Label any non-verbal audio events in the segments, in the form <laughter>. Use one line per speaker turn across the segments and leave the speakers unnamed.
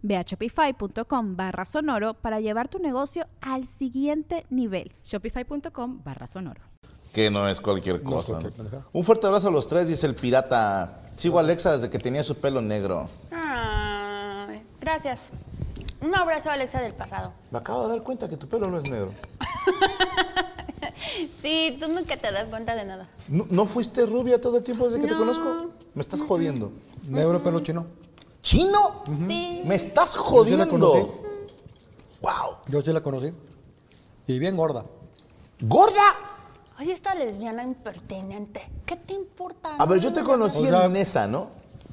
Ve a shopify.com barra sonoro para llevar tu negocio al siguiente nivel.
Shopify.com barra sonoro.
Que no es cualquier cosa. ¿no? Un fuerte abrazo a los tres, dice el pirata. Sigo a Alexa desde que tenía su pelo negro.
Ay, gracias. Un abrazo a Alexa del pasado.
Me acabo de dar cuenta que tu pelo no es negro.
sí, tú nunca te das cuenta de nada.
¿No, no fuiste rubia todo el tiempo desde que te
No.
conozco? Me estás jodiendo.
Negro pelo chino.
¿Chino?
Sí.
Me estás
Yo la
jodiendo.
conocí.
¡Wow!
Yo sí la conocí. Y bien gorda.
¡Gorda!
Oye, esta lesbiana impertinente. ¿Qué te importa?
A ver, yo te conocí
O sea-
en Nesa, ¿no?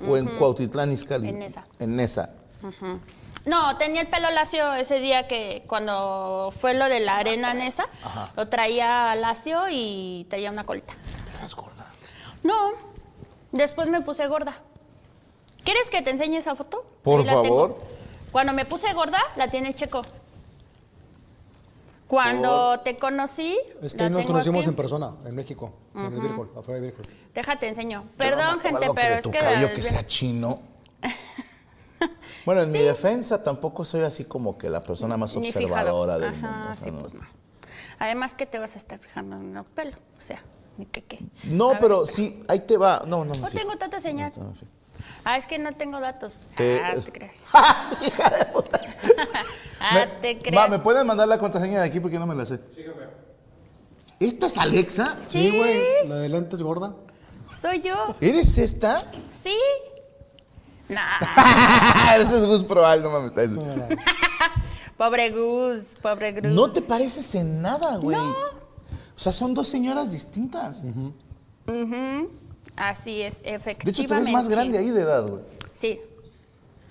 O en Cuautitlán, Izcalli.
En Nesa.
En Nesa.
No, tenía el pelo lacio ese día que cuando fue lo de la arena en esa, lo traía lacio y traía una colita.
Estás gorda.
No, después me puse gorda. ¿Quieres que te enseñe esa foto?
Por
la tengo.
favor.
Cuando me puse gorda, la tiene Checo. Cuando te conocí,
Es que
la
ahí nos
tengo
conocimos
aquí.
en persona, en México, en el Virgol, afuera de Virgol.
Déjate enseño.
Yo no
Perdón,
me
gente,
acuerdo
pero
de
es
tu
que...
cabello
la-
que sea
<laughs>
chino. Bueno, en mi defensa tampoco soy así como que la persona más
ni
observadora
fijado.
del
Ajá,
mundo. o sea,
sí,
no.
pues no. Además que te vas a estar fijando en el pelo, o sea, ni que qué.
No,
A ver,
pero
espera.
sí, ahí te va. No, no me
No
fijo.
tengo tanta señal.
No, no me fijo.
Ah, es que no tengo datos.
Te-
Ah,
<laughs>
te crees.
Hija de puta.
<laughs> Ah,
Me-
te crees.
Ma, ¿me pueden mandar la contraseña de aquí porque no me la sé? ¿Esta es Alexa?
Sí,
güey. La de lentes gorda.
soy yo.
¿Eres esta? <laughs>
Sí. Nah.
Ah, Ese es Gus Proal, no mames.
Pobre Gus, pobre Gus.
No te pareces en nada, güey.
No.
O sea, son dos señoras distintas.
Ujú. Así es,
De
efectivamente.
hecho, tú eres más grande ahí de edad, güey.
Sí.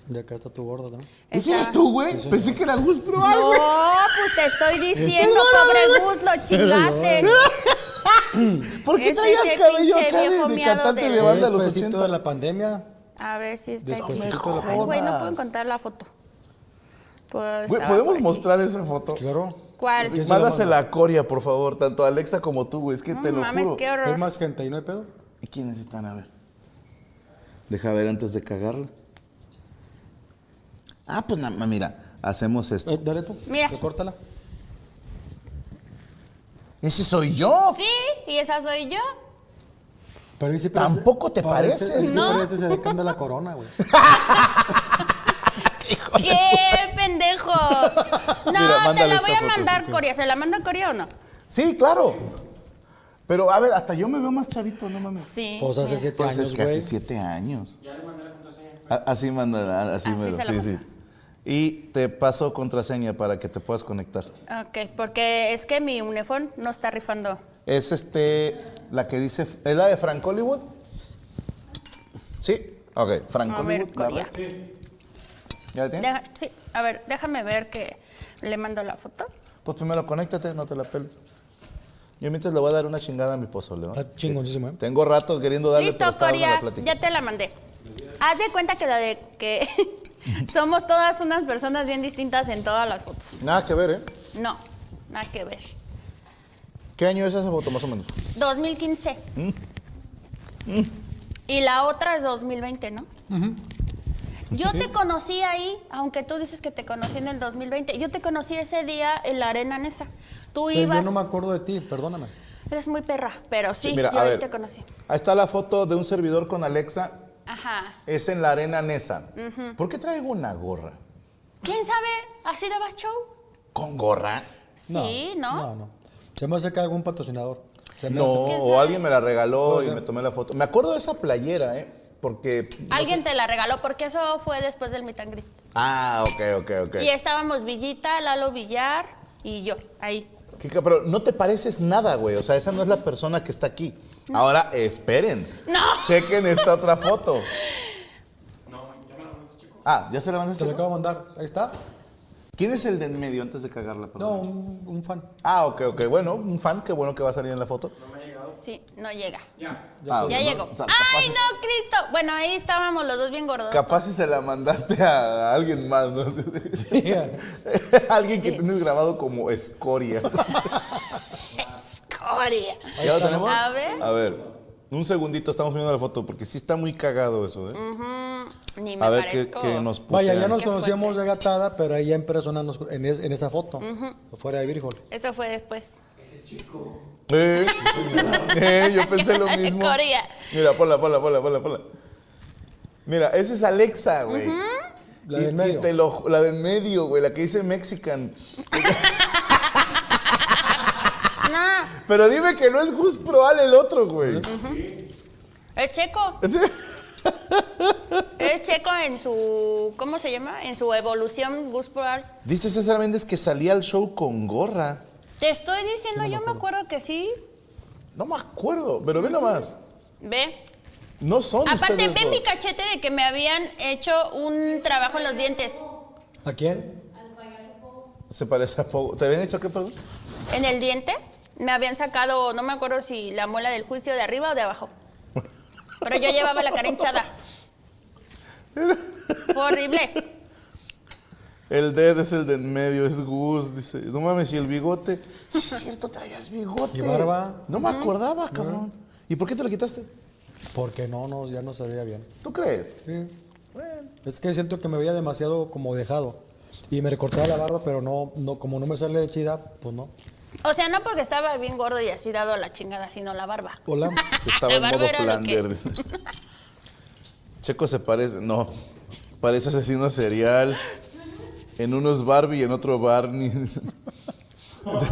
Y acá está tu gorda también.
¿Ese eres tú, güey? Pensé que era Gus Proal,
No,
güey.
pues te estoy diciendo, pobre
<laughs>
Gus, lo chingaste.
¿Por qué
Ese
traías
es el
cabello
pinche
acá de-
viejo
de,
miado
cantante
del-
de banda de los
Despuesito
80?
de la pandemia.
A ver si está aquí.
Después de la
Ay, güey, no puedo
jodas.
encontrar la foto. Pues,
Güey,
estaba por
¿podemos
aquí.
mostrar esa foto?
Claro.
¿Cuál?
¿Quién se la
Mándasela a Coria, por favor, tanto a Alexa como tú, güey. Es que
No
te lo
mames,
juro.
qué
Hay
horror.
más gente ahí, no hay pedo.
¿Y quiénes están? A ver. Deja ver antes de cagarla. Ah, pues nada, más, mira, hacemos esto.
Eh, dale tú.
Mira.
Recórtala.
Ese soy yo.
Sí, y esa soy yo.
Pero ahí sí parece-
Tampoco te
parece-
pareces,
ahí Sí
¿no?
parece se decan de la corona,
<laughs>
güey.
¡Qué
<laughs>
pendejo! No, te
mándale
la
esta
voy a
foto,
mandar,
sí.
Coria. ¿Se la manda Coria o no?
Sí, claro. Pero a ver, hasta yo me veo más chavito, no mames.
Sí.
Pues hace
mira.
siete
Pues es
años,
que hace
güey.
siete años. Ya le mandé la contraseña. Así manda, así
Así
me
se la
sí, sí.
manda.
Y te paso contraseña para que te puedas conectar.
Ok, porque es que mi unifón no está rifando.
Es este, la que dice, ¿es la de Frank Hollywood? Sí, ok, Frank
A ver,
Hollywood. la
Coria.
ve. ¿Ya la tienes?
Deja- sí, a ver, déjame ver que le mando la foto.
Pues primero conéctate, no te la peles. Yo mientras le voy a dar una chingada a mi pozole, ¿no?
Está chingoncísimo, ¿eh?
Tengo rato queriendo darle pero
Listo,
estaba dando
Coria,
la plática.
ya te la mandé. Haz de cuenta que la de que <laughs> somos todas unas personas bien distintas en todas las fotos.
Nada que ver, ¿eh?
No, nada que ver.
¿Qué año es esa foto más o menos?
2015. Y la otra es 2020, ¿no? Yo te conocí ahí, aunque tú dices que te conocí en el 2020. Yo te conocí ese día en la arena Nesa. Tú
Pero
ibas.
yo no me acuerdo de ti, perdóname.
Eres muy perra, pero sí,
Mira,
yo
a
ahí
ver.
te conocí.
Ahí está la foto de un servidor con Alexa.
Ajá.
Es en la arena Nesa. ¿Por qué traigo una gorra?
¿Quién sabe? ¿Así dabas show?
¿Con gorra?
Sí, ¿no?
No, no. Se me hace que algún patrocinador. Se me
No,
hace-
¿Quién
o
sabe?
alguien me la regaló
Puede
y
ser.
me tomé la foto. Me acuerdo de esa playera, ¿eh? Porque. no
Alguien
sé-
te la regaló, porque eso fue después del meet and greet.
Ah, ok, ok, ok.
Y estábamos Villita, Lalo Villar y yo, ahí.
Kika, pero no te pareces nada, güey. O sea, esa no es la persona que está aquí. Ahora, esperen.
¡No!
Chequen esta otra foto. No,
<laughs>
ya me la mandaste, chico. Ah, ¿ya se la mandaste,
Te lo
chico?
acabo de mandar. Ahí está.
¿Quién es el de en medio antes de cagarla? perdón?
No, un,
<laughs>
un fan. <laughs>
Ah, ok, ok. Bueno, un fan, qué bueno que va a salir en la foto.
Sí, no llega.
Ah,
Ya
ok.
llegó.
O sea,
¡Ay,
capaz-
no, Cristo! Bueno, ahí estábamos los dos bien gordos.
Capaz si se la mandaste a alguien más, ¿no? <laughs> alguien que tienes grabado como escoria.
¡Escoria!
¿Ya lo tenemos?
A ver.
A ver, un segundito, estamos viendo la foto porque sí está muy cagado eso, ¿eh?
Ujú, Ni Mm, me
a ver qué,
parezco.
qué nos
Vaya, ya
putean.
nos
Qué
conocíamos
fuerte.
de gatada, pero ahí en persona nos- en, es- en esa foto, fuera de Virgol.
Eso fue después.
Eh, eh, yo pensé lo
<laughs> Qué
mismo.
escoria.
Mira, ponla, ponla, ponla, ponla, ponla. Mira, esa es Alexa, güey.
La
Y-
del
y
medio.
te lo ju- la del medio, güey, la que dice Mexican.
No,
Pero dime que no es Gus Proal el otro, güey.
es Checo. Es Checo en su. ¿Cómo se llama? En su evolución Gus Proal.
Dice César Méndez que salía al show con gorra.
Te estoy diciendo, yo me acuerdo que sí.
No me acuerdo, pero ve nomás.
Ve.
No son
Aparte,
ustedes
ve
dos.
mi cachete de que me habían hecho un trabajo en los dientes.
¿A quién?
Se parece a Pogo. ¿Te habían dicho qué, perdón?
En el diente me habían sacado, no me acuerdo si la muela del juicio de arriba o de abajo. Pero yo llevaba la cara hinchada. Fue horrible.
El dead es el de en medio, es Gus, dice. No mames, y el bigote. Sí, es cierto, traías bigote.
¿Y barba?
No me acordaba, cabrón. ¿Y por qué te lo quitaste?
Porque no, no, ya no se veía bien.
¿Tú crees?
Sí.
Bueno.
Es que siento que me veía demasiado como dejado. Y me recortaba la barba, pero no, no como no me sale de chida, pues no.
O sea, no porque estaba bien gordo y así dado a la chingada, sino la barba.
<laughs>
Hola.
Se estaba
La
en
barba
modo
era Ah, lo que-
Flander. <laughs> Checo se parece. No. Parece asesino serial. En uno es Barbie y en otro Barney. <laughs>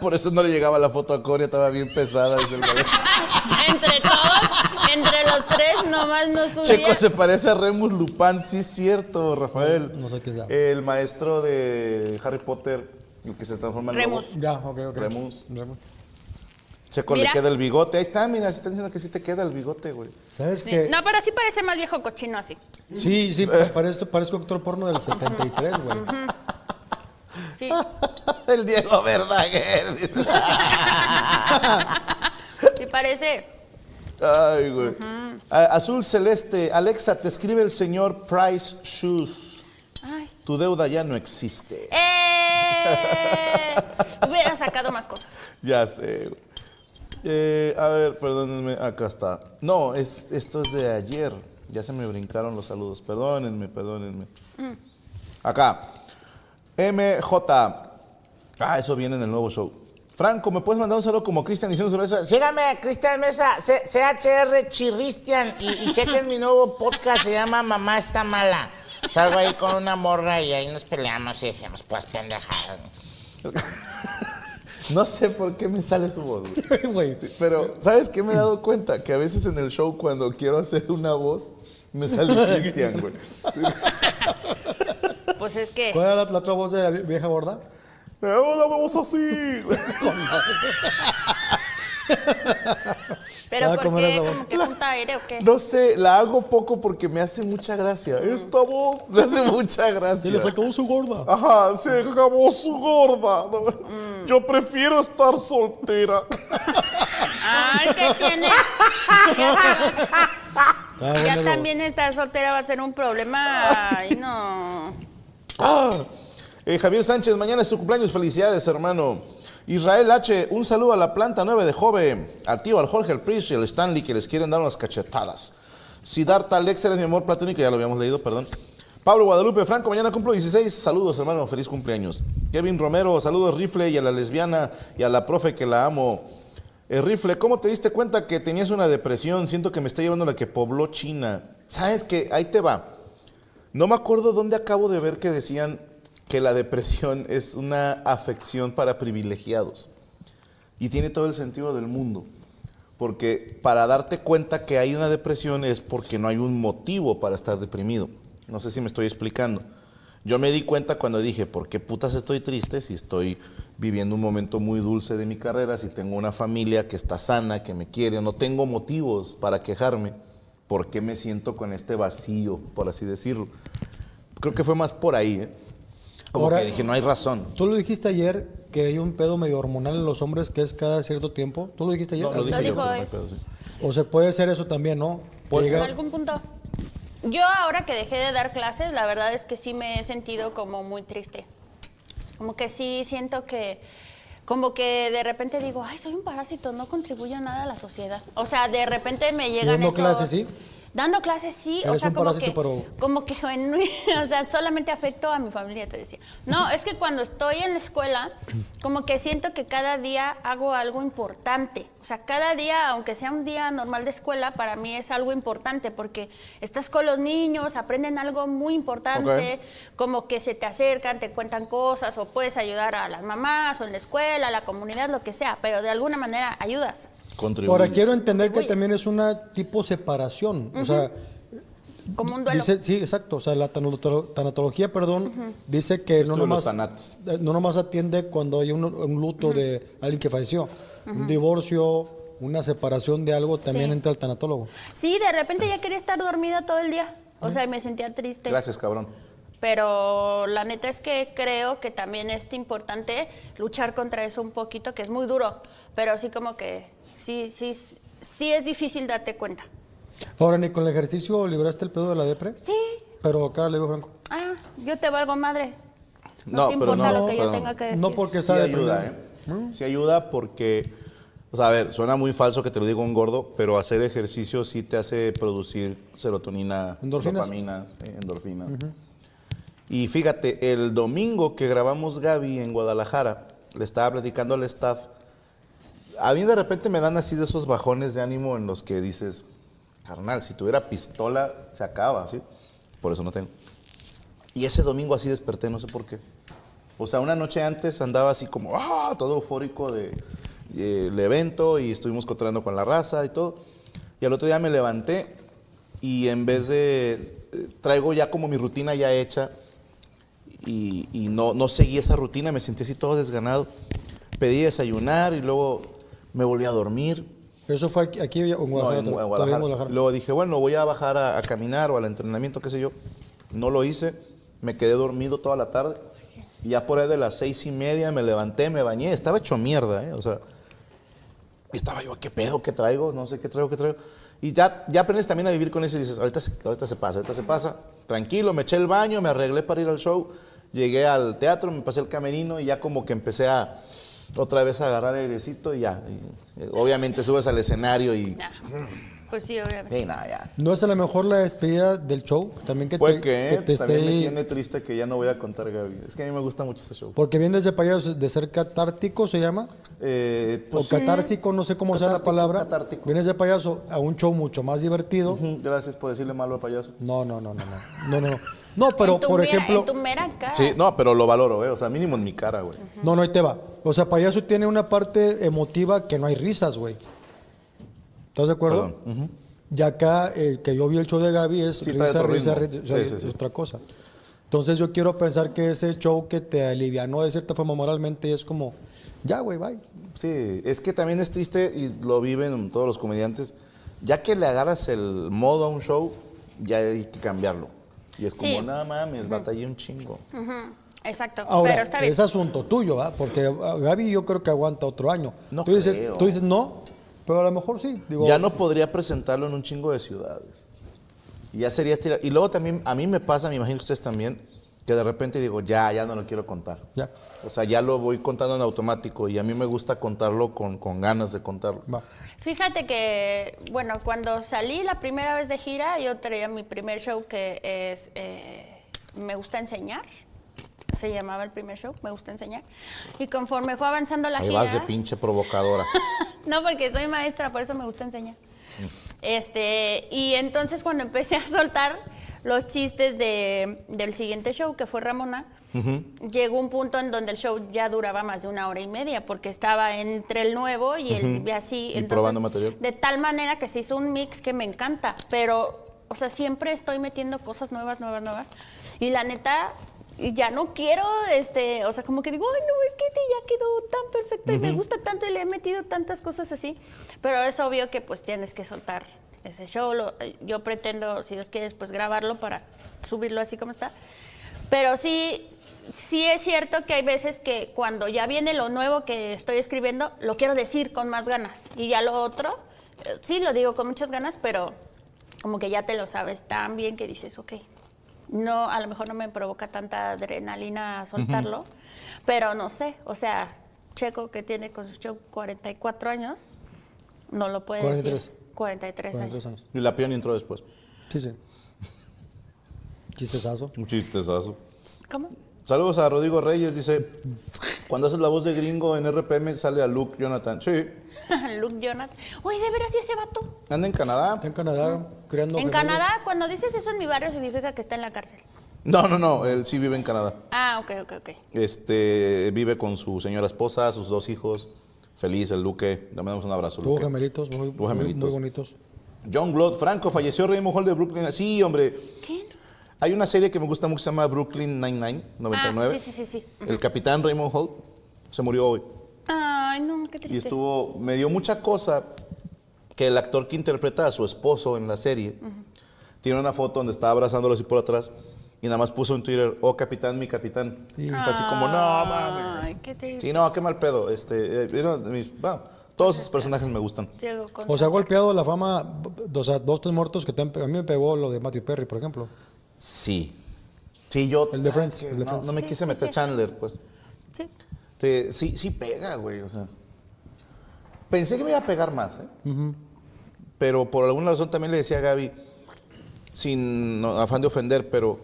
Por eso no le llegaba la foto a Corea, estaba bien pesada. dice el galán.
<laughs> entre todos, entre los tres, nomás nos subía.
Checo se parece a Remus Lupin, sí es cierto, Rafael.
No sé qué sea.
El maestro de Harry Potter, el que se transforma en
Remus.
lobo.
Ya, ok, ok.
Remus.
Remus.
Checo
Mira.
le queda el bigote. Ahí está, mira, se está diciendo que sí te queda el bigote, güey. <laughs>
¿Sabes
Sí.
qué?
No, pero sí parece más viejo cochino así.
<laughs>
Sí, sí, pa- parezco, parezco actor porno del 73, güey.
Sí.
el Diego Verdaguer.
Sí parece.
Ay, güey. A- Azul Celeste, Alexa, te escribe el señor Price Shoes.
Ay.
Tu deuda ya no existe.
¡Eh! Hubiera sacado más cosas.
Ya sé, güey. Eh, a ver, perdónenme, acá está. No, es, esto es de ayer. Ya se me brincaron los saludos. Perdónenme, perdónenme. Acá. MJ. Ah, eso viene en el nuevo show. Franco, ¿me puedes mandar un saludo como Cristian diciendo sobre eso?
Síganme a Cristian Mesa, C- CHR Chirristian, y, y chequen mi nuevo podcast, se llama Mamá está mala. Salgo ahí con una morra y ahí nos peleamos y decimos, pues pendejadas.
No sé por qué me sale su voz. güey.
<laughs> Güey,
Sí, Pero, ¿sabes qué me he dado cuenta? Que a veces en el show, cuando quiero hacer una voz, me sale Cristian, güey.
Pues es que.
¿Cuál era la, la otra voz de la vie- vieja gorda?
Me hago la voz así. <laughs>
Pero
Ah,
¿por
¿cómo era
qué?
la voz?
¿Como que junta aire o qué?
No sé, la hago poco porque me hace mucha gracia. Esta voz me hace mucha
Se
gracia.
le sacó su gorda.
Ajá, se acabó su gorda. ¿no? Yo prefiero estar soltera.
Ay,
<laughs>
¿qué tiene? Ya,
Ah, bueno,
ya
luego.
también estar soltera va a ser un problema. Ay, no.
Ah. Eh, Javier Sánchez, mañana es tu cumpleaños. Felicidades, hermano. Israel H., un saludo a la planta 9 de Jove, al tío, al Jorge, al Pris y al Stanley que les quieren dar unas cachetadas. Siddhartha Alex, eres mi amor platónico, ya lo habíamos leído, perdón. Pablo Guadalupe Franco, mañana cumplo 16. Saludos, hermano, feliz cumpleaños. Kevin Romero, saludos, Rifle, y a la lesbiana y a la profe que la amo. Eh, Rifle, ¿cómo te diste cuenta que tenías una depresión? Siento que me está llevando la que pobló China. ¿Sabes qué? Ahí te va. No me acuerdo dónde acabo de ver que decían que la depresión es una afección para privilegiados. Y tiene todo el sentido del mundo. Porque para darte cuenta que hay una depresión es porque no hay un motivo para estar deprimido. No sé si me estoy explicando. Yo me di cuenta cuando dije, ¿por qué putas estoy triste si estoy viviendo un momento muy dulce de mi carrera, si tengo una familia que está sana, que me quiere, no tengo motivos para quejarme? ¿Por qué me siento con este vacío, por así decirlo? Creo que fue más por ahí, ¿eh? Como
Ahora-
que dije, no hay razón.
Tú lo dijiste ayer que hay un pedo medio hormonal en los hombres que es cada cierto tiempo. Tú lo dijiste ayer.
No, lo dije
Lo
yo,
dijo
pero no hay
él.
pedo, sí.
O sea, puede ser eso también, ¿no? Que
en
Pues, llega-
algún punto. Yo ahora que dejé de dar clases, la verdad es que sí me he sentido como muy triste. Como que sí siento que, como que de repente digo, ay, soy un parásito, no contribuyo nada a la sociedad. O sea, de repente me llegan
dando
esos-
clases, sí?
Dando clases sí, o
Eres
sea,
un
como
parásito,
que,
pero-
como que, <laughs> genu- o sea, solamente afecto a mi familia, te decía. No, es que cuando estoy en la escuela, como que siento que cada día hago algo importante. O sea, cada día, aunque sea un día normal de escuela, para mí es algo importante porque estás con los niños, aprenden algo muy importante,
Ok.
como que se te acercan, te cuentan cosas, o puedes ayudar a las mamás, o en la escuela, a la comunidad, lo que sea, pero de alguna manera ayudas.
Contribuyes.
Ahora, quiero entender que
Contribuyes.
también es una tipo separación. O sea,
Como un duelo.
dice, sí, exacto. O sea, la tanato- tanatología, perdón, dice que
Estuve
no
en los
nomás,
tanatos.
eh, no nomás atiende cuando hay un, un luto de alguien que falleció. Un divorcio, una separación de algo, también
Sí.
entra el tanatólogo.
Sí, de repente ya quería estar dormida todo el día. O sea, y me sentía triste.
Gracias, cabrón.
Pero la neta es que creo que también es importante luchar contra eso un poquito, que es muy duro. Pero sí como que sí, sí, sí es difícil darte cuenta.
Ahora, ni con el ejercicio libraste el pedo de la depre,
Sí,
pero acá le digo Franco.
ah, yo te valgo madre. No,
No,
te
pero
importa
no,
lo que yo
perdón.
tenga que decir.
No porque está
sí
deprimido.
ayuda, ¿eh? Sí ayuda porque, o sea, a ver, suena muy falso que te lo diga un gordo, pero hacer ejercicio sí te hace producir serotonina,
Endorfinas.
dopamina, eh, endorfinas. Y fíjate, el domingo que grabamos Gaby en Guadalajara, le estaba platicando al staff, a mí de repente me dan así de esos bajones de ánimo en los que dices, carnal, si tuviera pistola se acaba, ¿sí? Por eso no tengo. Y ese domingo así desperté, no sé por qué. O sea, una noche antes andaba así como, ah, todo eufórico del de, el evento y estuvimos cotorreando con la raza y todo. Y al otro día me levanté y en vez de, eh, traigo ya como mi rutina ya hecha y, y no, no seguí esa rutina, me sentí así todo desganado. Pedí desayunar y luego me volví a dormir.
Eso fue aquí, aquí o en
No,
Guadalajara.
en- en
todavía en
Guadalajara.
Guadalajara.
Luego dije, bueno, voy a bajar a, a caminar o al entrenamiento, qué sé yo. No lo hice, me quedé dormido toda la tarde. Y ya por ahí de las seis y media me levanté, me bañé, estaba hecho mierda, ¿eh? O sea, estaba yo, ¿qué pedo que traigo? No sé qué traigo, qué traigo. Y ya, ya aprendes también a vivir con eso y dices, ahorita se, ahorita se pasa, ahorita se pasa. Tranquilo, me eché el baño, me arreglé para ir al show, llegué al teatro, me pasé el camerino y ya como que empecé a otra vez a agarrar airecito y ya. Y, eh, obviamente subes al escenario y...
Nah. Pues sí, obviamente.
Y nada, ya.
¿No es a lo mejor la despedida del show? También que
Puede
te,
que,
que te
también me
esté...
tiene triste que ya no voy a contar Gaby. Es que a mí me gusta mucho este show.
Porque vienes de payasos de ser catártico, ¿se llama?
Eh,
o
pues sí.
catársico, no sé cómo sea la
Catártico,
palabra.
catártico.
Vienes de payaso a un show mucho más divertido.
Ujú, Gracias por decirle malo al payaso.
No, no, no, no, no. No, no, no. No, pero
En tu
por
mera-
ejemplo,
En tu mera cara.
Sí, no, pero lo valoro, ¿eh? O sea, mínimo en mi cara, güey.
no, no, ahí te va. O sea, payaso tiene una parte emotiva que no hay risas, güey. ¿Estás de acuerdo?
Perdón. Ujú.
Y acá, eh, que yo vi el show de Gaby, es
Sí, trae
risa,
otro
risa,
ritmo.
risa, o sea,
Sí, sí, sí.
es otra cosa. Entonces yo quiero pensar que ese show que te alivianó de cierta forma moralmente es como, ya, güey, bye.
Sí, es que también es triste y lo viven todos los comediantes. Ya que le agarras el modo a un show, ya hay que cambiarlo. Y es como,
Sí.
nada mames, batallé un chingo.
Ujú, Exacto. pero
Ahora,
está bien.
es asunto tuyo, ¿verdad? Porque ah, Gaby yo creo que aguanta otro año.
No
tú, dices,
creo.
tú dices no, pero a lo mejor sí. Digo,
ya no podría presentarlo en un chingo de ciudades. Y ya sería estirar. Y luego también, a mí me pasa, me imagino que ustedes también, que de repente digo, ya, ya no lo quiero contar.
Ya.
O sea, ya lo voy contando en automático y a mí me gusta contarlo con, con ganas de contarlo.
Va.
Fíjate que, bueno, cuando salí la primera vez de gira, yo traía mi primer show que es eh, Me gusta enseñar. Se llamaba el primer show, Me gusta enseñar. Y conforme fue avanzando la
Ahí
gira.
vas de pinche provocadora.
<laughs> no, porque soy maestra, por eso me gusta enseñar. Este, y entonces cuando empecé a soltar los chistes de- del siguiente show, que fue Ramona, llegó un punto en donde el show ya duraba más de una hora y media, porque estaba entre el nuevo y el y así.
Y probando material.
De tal manera que se hizo un mix que me encanta, pero, o sea, siempre estoy metiendo cosas nuevas, nuevas, nuevas. Y la neta, ya no quiero, este, o sea, como que digo, ay, no, es que este ya quedó tan perfecto y me gusta tanto y le he metido tantas cosas así. Pero es obvio que pues tienes que soltar ese show. Lo- eh, yo pretendo, si Dios quiere, pues grabarlo para subirlo así como está. Pero sí, sí es cierto que hay veces que cuando ya viene lo nuevo que estoy escribiendo, lo quiero decir con más ganas. Y ya lo otro, eh, sí lo digo con muchas ganas, pero como que ya te lo sabes tan bien que dices, ok, no, a lo mejor no me provoca tanta adrenalina soltarlo, pero no sé, o sea, Checo que tiene con su show 44 años, no lo puede
43.
decir. 43.
43
años.
años.
Y la peón entró después.
Sí, sí. Chistezazo.
Un chistezazo.
¿Cómo? <laughs>
Saludos a Rodrigo Reyes, dice, cuando haces la voz de gringo en RPM sale a Luke Jonathan. Sí,
Luke Jonathan. Oye, de veras, ¿y ese vato?
anda en Canadá.
Está en Canadá creando.
en
pues,
gemelos.
Canadá, cuando dices eso en mi barrio, significa que está en la cárcel.
No, no, no, él sí vive en Canadá.
Ah, ok, ok, ok.
Este, vive con su señora esposa, sus dos hijos. Feliz el Luque. Le mandamos un abrazo,
Tuvo
Luque.
gemelitos muy,
Tuvo
muy-
gemelitos.
muy bonitos.
John Glot, Franco, falleció Raymond Hall de Brooklyn. Sí, hombre.
¿Quién?
Hay una serie que me gusta mucho, se llama Brooklyn Nine-Nine, 99.
Ah, sí, sí, sí, sí.
El capitán Raymond Hall se murió hoy.
Ay, no, qué triste.
Y estuvo, me dio mucha cosa que el actor que interpreta a su esposo en la serie tiene una foto donde está abrazándolo así por atrás y nada más puso en Twitter, oh capitán, mi capitán. Y fue así como, no mames.
Ay, qué triste.
Sí, no, qué mal pedo. Este, eh, era de mis- bueno, todos esos personajes me gustan.
Diego Concha.
O sea, ha golpeado la fama, b- o sea, dos, tres muertos que te han pe- a mí me pegó lo de Matthew Perry, por ejemplo.
Sí. Sí, yo.
El de
¿sabes
Friends,
qué?
el de
no,
Friends.
no me quise meter Chandler, pues.
Sí.
Te- sí, sí pega, güey. O sea. Pensé que me iba a pegar más, ¿eh? Pero por alguna razón también le decía a Gaby, sin no, afán de ofender, pero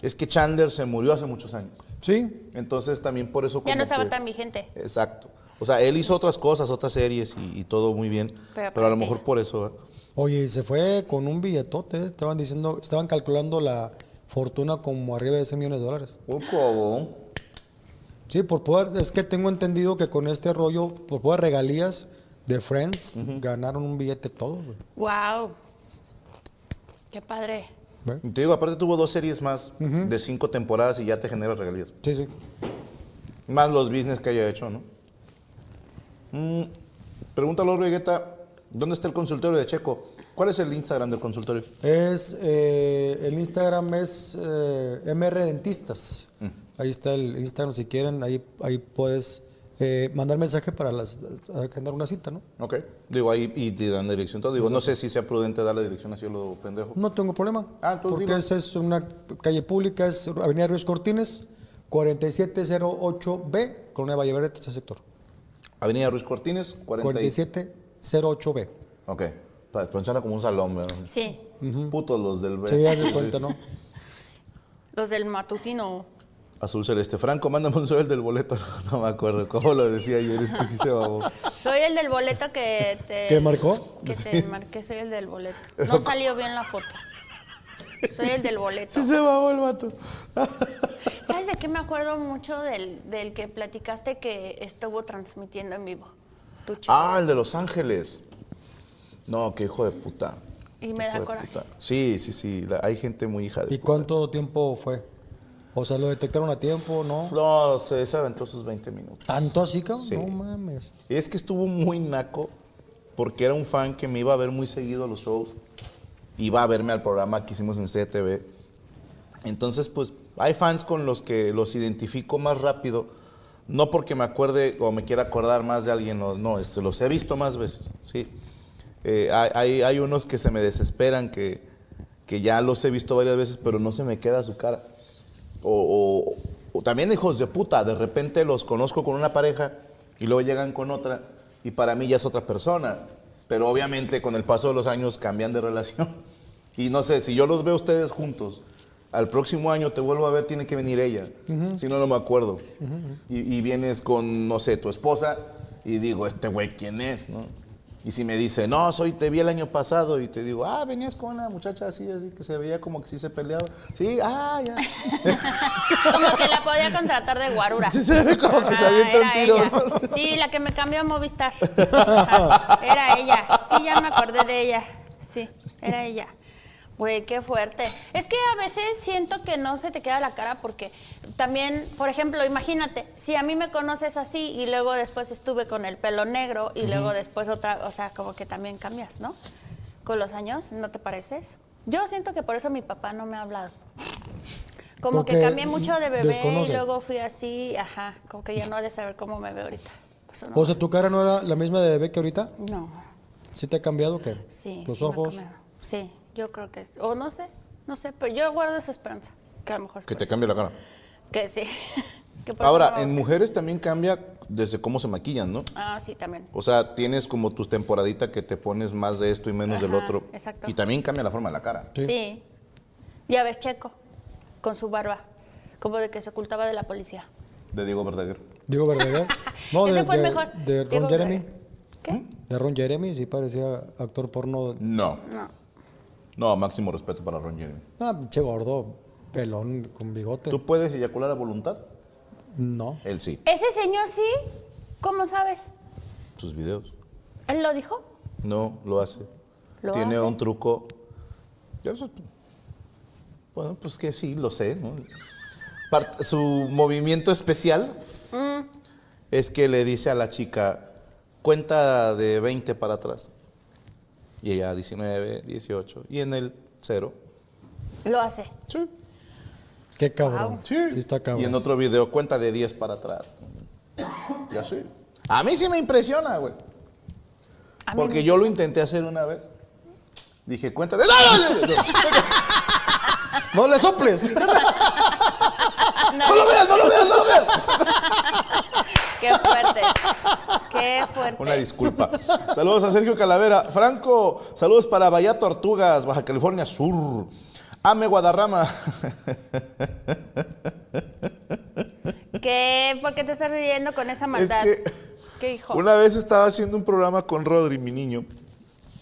es que Chandler se murió hace muchos años.
Sí,
Entonces también por eso.
Ya
como
no estaba
que-
tan vigente.
Exacto. O sea, él hizo otras cosas, otras series y, y todo muy bien. Pero,
Pero
a lo
aparte-
mejor por eso. ¿eh?
oye, y se fue con un billetote, estaban diciendo, estaban calculando la fortuna como arriba de 100 millones de dólares.
Un cobo.
Sí, por poder, es que tengo entendido que con este rollo, por poder regalías de Friends, ganaron un billete todos, güey.
Wow. Qué padre.
¿Ve?
Te digo, aparte tuvo dos series más de cinco temporadas y ya te genera regalías.
Sí, sí.
Más los business que haya hecho, ¿no? Mm, pregunta Lord Vegeta, ¿dónde está el consultorio de Checo? ¿Cuál es el Instagram del consultorio?
Es, eh, el Instagram es eh, MR Dentistas.
Mm.
Ahí está el Instagram, si quieren, ahí, ahí puedes eh, mandar mensaje para las, agendar una cita, ¿no?
Ok. Digo, ahí y te dan la dirección. todo. Digo, no sé si sea prudente dar la dirección así a lo pendejo.
No tengo problema.
Ah, entonces
porque
dime.
esa es una calle pública, es Avenida Ruiz Cortines, 4708B, Colonia Valle Verde, tercer sector.
Avenida Ruiz Cortines, 40. y-
4708B.
Ok. Pa- pues suena como un salón, ¿verdad?
Sí.
Putos los del B.
Sí, ya
<laughs>
se cuenta, ¿no?
Los del matutino.
Azul Celeste. Franco, mándame un sueldo del boleto. <laughs> No me acuerdo cómo lo decía ayer, es que sí se babó.
Soy el del boleto que te.
¿Que marcó?
Que te marqué, soy el del
<laughs>
boleto. No salió bien la foto. Soy el del boleto.
Sí se babó el vato.
¿Sabes de qué me acuerdo mucho del, del que platicaste que estuvo transmitiendo en vivo? Tu chico.
Ah, el de Los Ángeles. No, qué hijo de puta.
y me
Hijo
da
de
coraje.
puta. Sí, sí, sí. la- hay gente muy hija de
¿Y
puta.
cuánto tiempo fue? O sea, ¿lo detectaron a tiempo? ¿No?
No, se, se aventó sus 20 minutos.
¿Tanto así, cabrón?
Sí.
No mames.
Es que estuvo muy naco porque era un fan que me iba a ver muy seguido a los shows. Iba a verme al programa que hicimos en CTV. Entonces, pues, hay fans con los que los identifico más rápido. No porque me acuerde o me quiera acordar más de alguien, no, no esto, los he visto más veces, sí. Eh, hay, hay- hay unos que se me desesperan, que, que ya los he visto varias veces, pero no se me queda su cara. O, o- o también hijos de puta, de repente los conozco con una pareja y luego llegan con otra y para mí ya es otra persona. Pero obviamente con el paso de los años cambian de relación. <laughs> Y no sé, si yo los veo a ustedes juntos, al próximo año te vuelvo a ver, tiene que venir ella. Si no, no me acuerdo. y, y vienes con, no sé, tu esposa y digo, este güey, ¿quién es? ¿no? Y si me dice, no, soy, te vi el año pasado, y te digo, ah, venías con una muchacha así, así, que se veía como que sí se peleaba. Sí, ah, ya.
Como que la podía contratar de guarura.
Sí se ve <laughs> como que se
Ah,
avienta un
era
tiro.
ella. Sí, la que me cambió
<laughs>
a Movistar. Ajá, Era ella. Sí, ya me acordé de ella. Sí, era ella. Güey, qué fuerte. Es que a veces siento que no se te queda la cara porque también, por ejemplo, imagínate, si a mí me conoces así y luego después estuve con el pelo negro y luego después otra, o sea, como que también cambias, ¿no? Con los años, ¿no te pareces? Yo siento que por eso mi papá no me ha hablado. Como que
Porque
cambié mucho de bebé
desconoce.
y luego fui así, ajá, como que ya no he de saber cómo me veo ahorita. Pues, no.
Ah, O sea, tu cara no era la misma de bebé que ahorita.
No,
¿Sí te ha cambiado o qué?
sí.
Los
sí me ha
ojos.
cambiado. Sí, yo creo que es. O no sé, no sé, pero yo guardo esa esperanza. Que a lo mejor es
Que
por
te
eso.
cambie la cara.
Que sí. <laughs> que por eso no
Ahora,
lo
en
busco.
mujeres también cambia desde cómo se maquillan, ¿no?
Ah, sí, también.
O sea, tienes como tus temporaditas que te pones más de esto y menos del
Ajá,
otro.
exacto.
Y también cambia la forma de la cara.
Sí.
Sí. Ya ves, Checo, con su barba, como de que se ocultaba de la policía.
De Diego Verdaguer.
Digo
<laughs>
verdad.
Ese
de,
fue el
de-
mejor.
de Ron
Diego
Jeremy.
Verdaguer. ¿Qué?
¿Mm?
De Ron Jeremy, sí parecía actor porno.
No.
No.
No, máximo respeto para Ron Jeremy.
Ah, pinche gordo, pelón, con bigote.
¿Tú puedes eyacular a voluntad?
No.
Él sí.
Ese señor sí, ¿cómo sabes?
Sus videos.
¿Él lo dijo?
No, lo hace.
¿Lo
Tiene
hace?
un truco. Ya eso- Bueno, pues que sí, lo sé. ¿no? Part- su movimiento especial
Mm.
es que le dice a la chica, cuenta de 20 para atrás. Y ella 19, 18. Y en el 0.
Lo hace.
Sí.
Qué cabrón. Sí, está
Y en
cabrón.
otro video cuenta de 10 para atrás. Ya sí. A mí sí me impresiona, güey.
A mí
Porque
me-
yo lo intenté hacer una vez. Dije, cuenta de. ¡No, no, no, no!
<laughs> ¡No le
<laughs>
soples!
¡No <laughs> lo veas, no lo veas, no lo veas!
Qué fuerte. Qué fuerte.
Una disculpa. <laughs> Saludos a Sergio Calavera. Franco, saludos para Bahía Tortugas, Baja California Sur. Ame Guadarrama.
¿Qué? ¿Por qué te estás riendo con esa
Es
maldad?
que
¿Qué hijo?
una vez estaba haciendo un programa con Rodri, mi niño,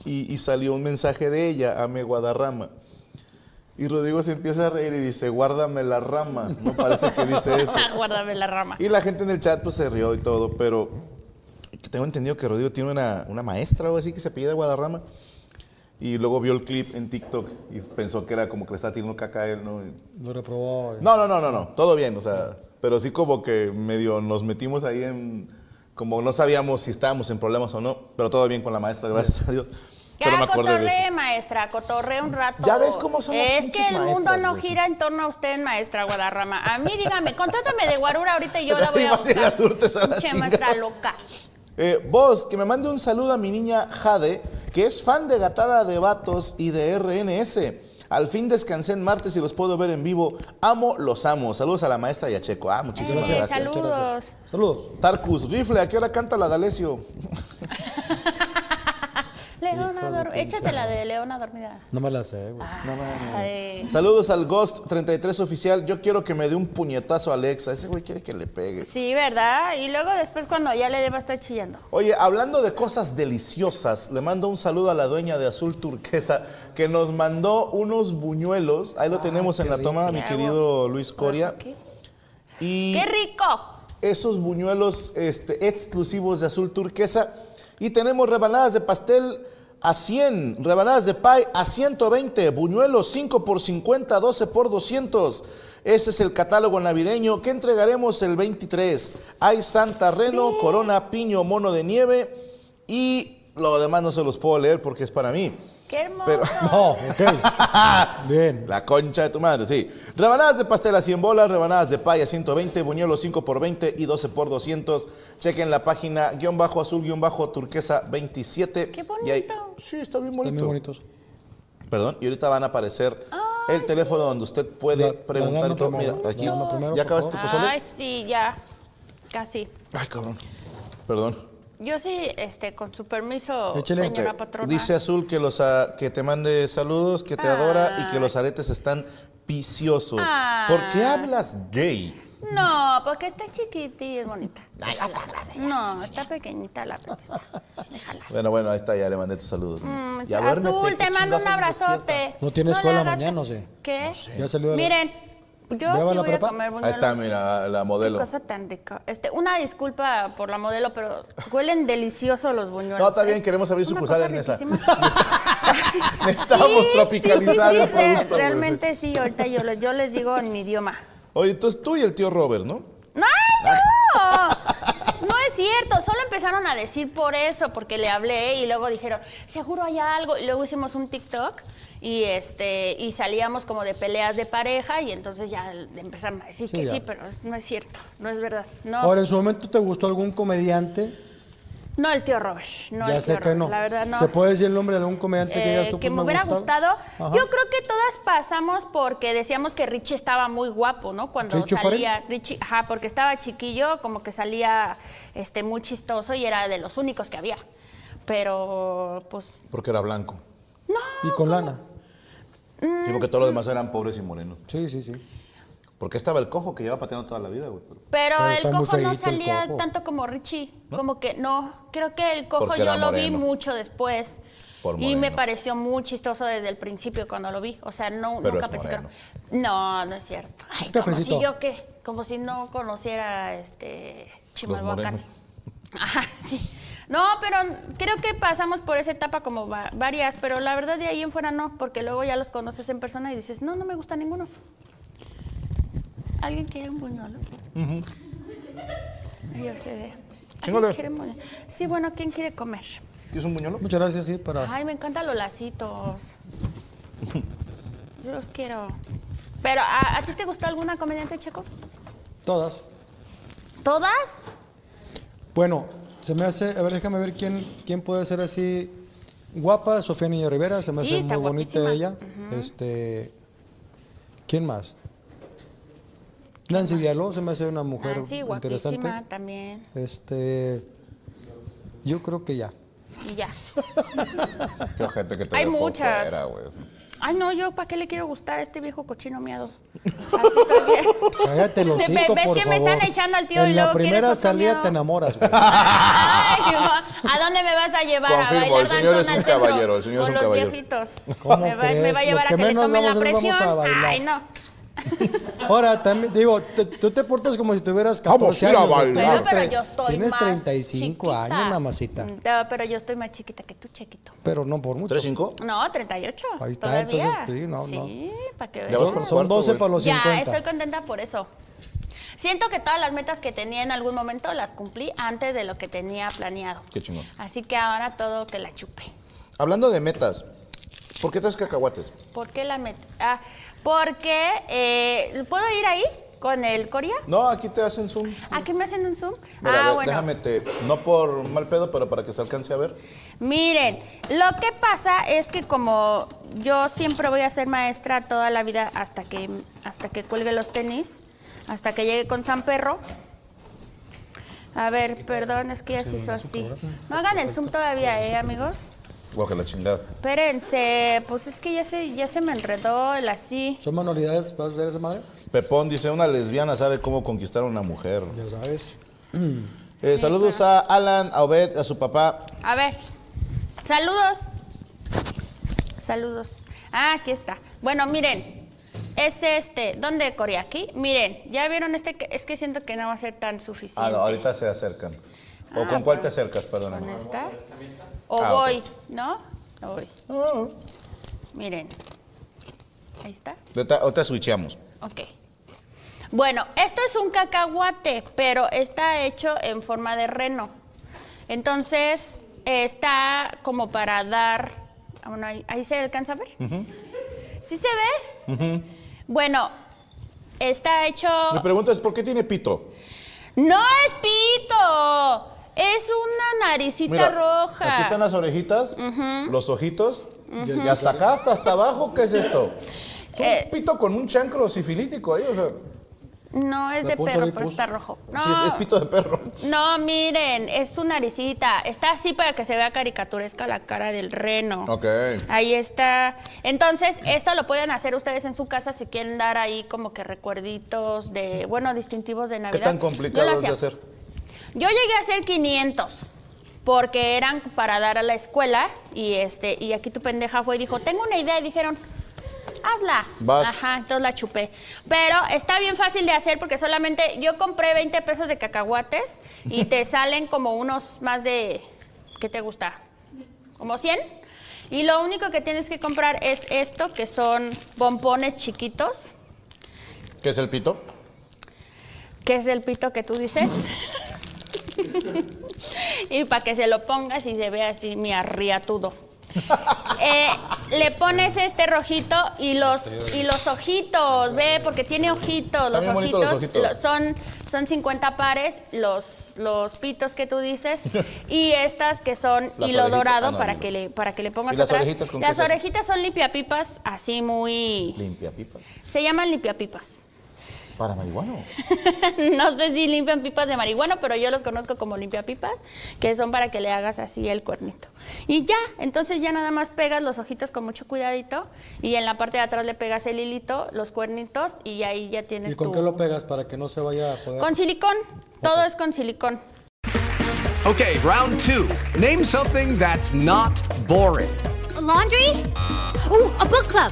y, y salió un mensaje de ella, Ame Guadarrama. Y Rodrigo se empieza a reír y dice, guárdame la rama. No parece que dice eso.
Ah, guárdame la rama.
Y la gente en el chat pues se rió y todo, pero tengo entendido que Rodrigo tiene una, una maestra o así que se apellida Guadarrama. Y luego vio el clip en TikTok y pensó que era como que le está tirando caca a él, ¿no? Y-
Lo reprobó.
No, no, no, no, no, todo bien, o sea, pero sí como que medio nos metimos ahí en, como no sabíamos si estábamos en problemas o no, pero todo bien con la maestra, gracias a Dios. Pero
Ya,
me acuerdo de
cotorree,
eso.
maestra, cotorree un rato.
Ya ves cómo son las
Es que
pinches
el mundo
maestras,
no
güey, sí.
gira en torno a usted, maestra Guadarrama. A mí, dígame, contrátame de guarura
<laughs>
ahorita y yo la voy a
Imagínate,
buscar.
la surtes a la
Pinche
chingada.
maestra loca.
Eh, vos, que me mande un saludo a mi niña Jade, que es fan de Gatada de Vatos y de RNS. Al fin descansé en martes y los puedo ver en vivo. Amo, los amo. Saludos a la maestra y a Checo. Ah, muchísimas
Eh,
gracias.
salud.
Gracias. Saludos.
Tarkus, rifle, ¿a qué hora canta la D'Alessio?
Leona, dor- échate la de Leona dormida.
No me la sé, güey.
Ah. Ay,
Saludos al Ghost 33 oficial. Yo quiero que me dé un puñetazo a Alexa. Ese güey quiere que le pegue.
Sí, ¿verdad? Y luego después cuando ya le deba estar chillando.
Oye, hablando de cosas deliciosas, le mando un saludo a la dueña de Azul Turquesa que nos mandó unos buñuelos. Ahí lo tenemos en la toma, mi
Ah, Qué
querido Luis Coria.
¿Qué?
Y
¡Qué rico!
esos buñuelos este, exclusivos de azul turquesa. Y tenemos rebanadas de pastel a 100, rebanadas de pie a 120, buñuelos 5 por 50, 12 por 200. Ese es el catálogo navideño que entregaremos el 23. Hay Santa Reno, Corona, Piño, Mono de Nieve y lo demás no se los puedo leer porque es para mí.
¡Qué hermoso!
Pero-
No, Oh, ok.
<laughs>
Bien.
La concha de tu madre, sí. Rebanadas de pastel a 100 bolas, rebanadas de paya a 120, buñuelos 5 por 20 y 12 por 200. Chequen la página guión bajo azul guión bajo turquesa 27.
¡Qué
Y ahí-
bonito!
sí, está bien bonito.
Están muy bonitos.
Perdón, y ahorita van a aparecer el teléfono donde usted puede
La- la
preguntar
dama
y todo.
primero,
Mira, aquí.
la dama primero,
¿Ya
por
acabaste tu pozole?
Ay, sí, ya. Casi.
Ay, cabrón. Perdón.
Yo sí, este, con su permiso,
Échale.
señora
Ok.
patrona.
Dice Azul que, los, ah, que te mande saludos, que te adora y que los aretes están viciosos. ¿Por qué
Ay.
hablas gay?
No, porque está chiquitita y es bonita.
Ay, ya está grande.
No, está pequeñita la
<laughs>
princesa.
Bueno, bueno, ahí está, ya le mandé tus saludos.
Mm,
Ya duérmete,
Azul,
¿qué
te mando un
chingados haces
abrazote.
No tiene
le
escuela
hagas-
mañana, ¿o sí?
¿Qué?
Ya salió de la-
Miren, yo
¿Lleva
sí
la
voy a
prepa?
comer
despierta? Ahí
buñuelos.
está, mira, la modelo.
Qué cosa tan rica. Este, una disculpa por la modelo, pero huelen deliciosos los buñuelos.
No, está
¿eh?
bien, queremos abrir
Una
sucursal
cosa
en esa. <laughs>
riquísima.
Necesitamos tropicalizar
Sí, sí,
la
sí,
producto,
re-
güey, sí.
realmente sí, ahorita yo, lo- yo les digo en mi idioma.
Oye, entonces tú y el tío Robert, ¿no?
¡No, no! No es cierto, solo empezaron a decir por eso, porque le hablé y luego dijeron, seguro hay algo. Y luego hicimos un TikTok y este y salíamos como de peleas de pareja y entonces ya empezaron a decir
Sí,
que
ya.
sí, pero es- no es cierto, no es verdad. No,
Ahora, en su momento, ¿te gustó algún comediante?
no el tío Robert, no
ya
el tío
sé que
Robert,
no.
la verdad no.
¿Se puede decir el nombre de algún comediante que digas
Eh,
tú
que
pues,
me hubiera
gustaba?
gustado.
Ajá.
Yo creo que todas pasamos porque decíamos que Richie estaba muy guapo, ¿no? Cuando
¿Richie
salía Richie, ajá, porque estaba chiquillo, como que salía este muy chistoso y era de los únicos que había. Pero pues
Porque era blanco.
Y con lana.
Mm,
Digo que todos los demás eran pobres y morenos.
Sí, sí, sí.
Porque estaba el cojo que lleva pateando toda la vida, güey. pero-
pero,
Pero
el
está muy
cojo no
feíto el
salía
cojo.
tanto como Richie, como que no, creo que el cojo
Porque
yo
era
lo vi
moreno.
mucho después.
Por
y me
moreno.
pareció muy chistoso desde el principio cuando lo vi. O sea, no,
Pero
nunca
es
pensé
moreno.
que. No, no es cierto. Ay,
Es
como
cafecito.
si yo qué, como si no conociera este Chimalhuacán.
morenos.
Ajá, <laughs> sí. No, pero creo que pasamos por esa etapa como va- varias, pero la verdad de ahí en fuera no, porque luego ya los conoces en persona y dices, no, no me gusta ninguno. ¿Alguien quiere un buñuelo? Ahí se ve.
Chíngale.
¿Alguien quiere un buñuelo? Sí, bueno, ¿quién quiere comer?
¿Quieres un buñuelo?
Muchas gracias, sí, para...
Ay, me encantan los lacitos. Yo los quiero. Pero, ¿a, a ti te gustó alguna comediante checo?
Todas.
¿Todas?
Bueno, se me hace... A ver, déjame ver quién, quién puede ser así... Guapa, Sofía Niño Rivera, se me
Sí,
hace
está
muy bonita
guapísima.
ella. Este... ¿Quién más? Nancy Villalobos se me hace una mujer
Ah, sí,
interesante.
guapísima también.
Este... Yo creo que ya.
Y ya.
Qué gente que te
Hay
dejó
muchas.
fuera, güey, así.
Ay, no, yo, ¿para qué le quiero gustar a este viejo cochino miado? Así está bien.
Cállate los
<laughs> Se me-
hocico,
¿Ves
por
que me
favor.
están echando al tío
En
y
la
luego quieres
primera
otro
salida
miedo?
te enamoras, güey.
Ay, ma, ¿a dónde me vas a llevar?
Confirmo,
a bailar
el señor
danzón
es un
al centro?
caballero, el señor es
Con
un
los
caballero.
viejitos.
¿Cómo
me, va, me
crees?
va a
Lo
llevar a
que
que, le
menos
tomen la
vamos a hacer es
presión.
vamos a bailar.
Ay, no.
Ahora, también, digo, te- tú te portas como si tuvieras
Vamos
14
a ir a
años. güey.
bailar.
Bueno,
Tienes
pero
tre-
yo estoy
Tienes
más
35
chiquita. Mm.
años, mamacita.
No, pero yo estoy más chiquita que tú, chiquito.
Pero no por mucho.
¿Tres, cinco?
No, 38.
Ahí está,
todavía.
entonces, sí, no,
Sí, para que
Ya vas
veas.
por
Son
cuarto,
12
güey.
para los
Ya,
50.
estoy contenta por eso. Siento que todas las metas que tenía en algún momento las cumplí antes de lo que tenía planeado.
Qué chingón.
Así que ahora todo que la chupe.
Hablando de metas, ¿por qué traes cacahuates?
¿Por qué la meta? Ah, porque eh, puedo ir ahí con el Corea.
No, aquí te hacen zoom.
Aquí me hacen un zoom.
Mira,
ah,
a ver,
bueno.
déjame te... No por mal pedo, pero para que se alcance a ver.
Miren, lo que pasa es que como yo siempre voy a ser maestra toda la vida hasta que hasta que cuelgue los tenis, hasta que llegue con San Perro. A ver, perdón, es que ya se hizo así. No hagan el zoom todavía, eh, amigos.
Guau, que la chingada.
Espérense, pues es que ya se ya se me enredó el así.
¿Son manualidades? ¿Vas a hacer esa madre?
Pepón dice, una lesbiana sabe cómo conquistar a una mujer.
Ya sabes.
Eh, saludos a Alan, a Obed, a su papá.
A ver. Saludos. Saludos. Ah, aquí está. Bueno, miren. Es este. ¿Dónde Corea? Aquí. Miren, ¿ya vieron este? que- Es que siento que no va a ser tan suficiente.
Ah, no, ahorita se acercan. ¿O
Ah,
con cuál te acercas,
¿Con
perdóname?
esta? O
Ah, ok.
voy, ¿no? O voy.
Ah,
Miren. Ahí está.
ahorita, ahorita switcheamos.
Ok. Bueno, esto es un cacahuate, pero está hecho en forma de reno. Entonces, eh, está como para dar. ah, Bueno, ahí, ahí se alcanza a ver. ¿Sí se ve? Bueno, está hecho.
Mi pregunta es, ¿por qué tiene pito?
¡No es pito! Es una naricita
Mira,
roja.
Aquí están las orejitas, los ojitos, y hasta acá, hasta, hasta abajo, ¿qué es esto? Es un
Eh.
pito con un chancro sifilítico ahí, o sea.
No es
La
de
punta
perro,
ahí
pero
puso.
está rojo. No.
Sí, es, es pito de perro.
No, miren, es su naricita. Está así para que se vea caricaturesca la cara del reno.
Ok.
Ahí está. Entonces, esto lo pueden hacer ustedes en su casa si quieren dar ahí como que recuerditos de, bueno, distintivos de
¿Qué
Navidad.
tan
Yo lo
complicado es de
hacía.
hacer?
Yo llegué a hacer 500 porque eran para dar a la escuela y este y aquí tu pendeja fue y dijo, "Tengo una idea", y dijeron, "Hazla."
Vas.
Ajá, entonces la chupé. Pero está bien fácil de hacer porque solamente yo compré 20 pesos de cacahuates y te salen como unos más de ¿qué te gusta? Como 100. Y lo único que tienes que comprar es esto que son bombones chiquitos,
¿Qué es el pito?
que es el pito que tú dices. y para que se lo pongas y se vea así mi arriatudo. Eh, le pones este rojito y los y los ojitos, ve, porque tiene ojitos,
Están
los
bien bonitos
ojitos,
los ojitos.
lo- son son 50 pares los los pitos que
<laughs>
tú dices y estas que son
Las
hilo
orejitas.
dorado
Ah, no,
para
no.
que le para que le pongas
¿Y las
atrás.
orejitas con qué
Las
se hacen?
orejitas son limpiapipas así muy
Limpia pipa.
se llaman limpiapipas.
Para marihuano.
<laughs> no sé si limpian pipas de marihuana, pero yo los conozco como limpiapipas, que son para que le hagas así el cuernito. Y ya, entonces ya nada más pegas los ojitos con mucho cuidadito y en la parte de atrás le pegas el hilito, los cuernitos y ahí ya tienes
¿Y con
tu-
qué lo pegas para que no se vaya a joder?
Con silicón, todo es con silicón.
Okay, round two. Name something that's not boring.
A laundry? Ooh, a book club.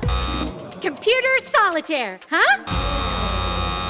Computer solitaire, huh?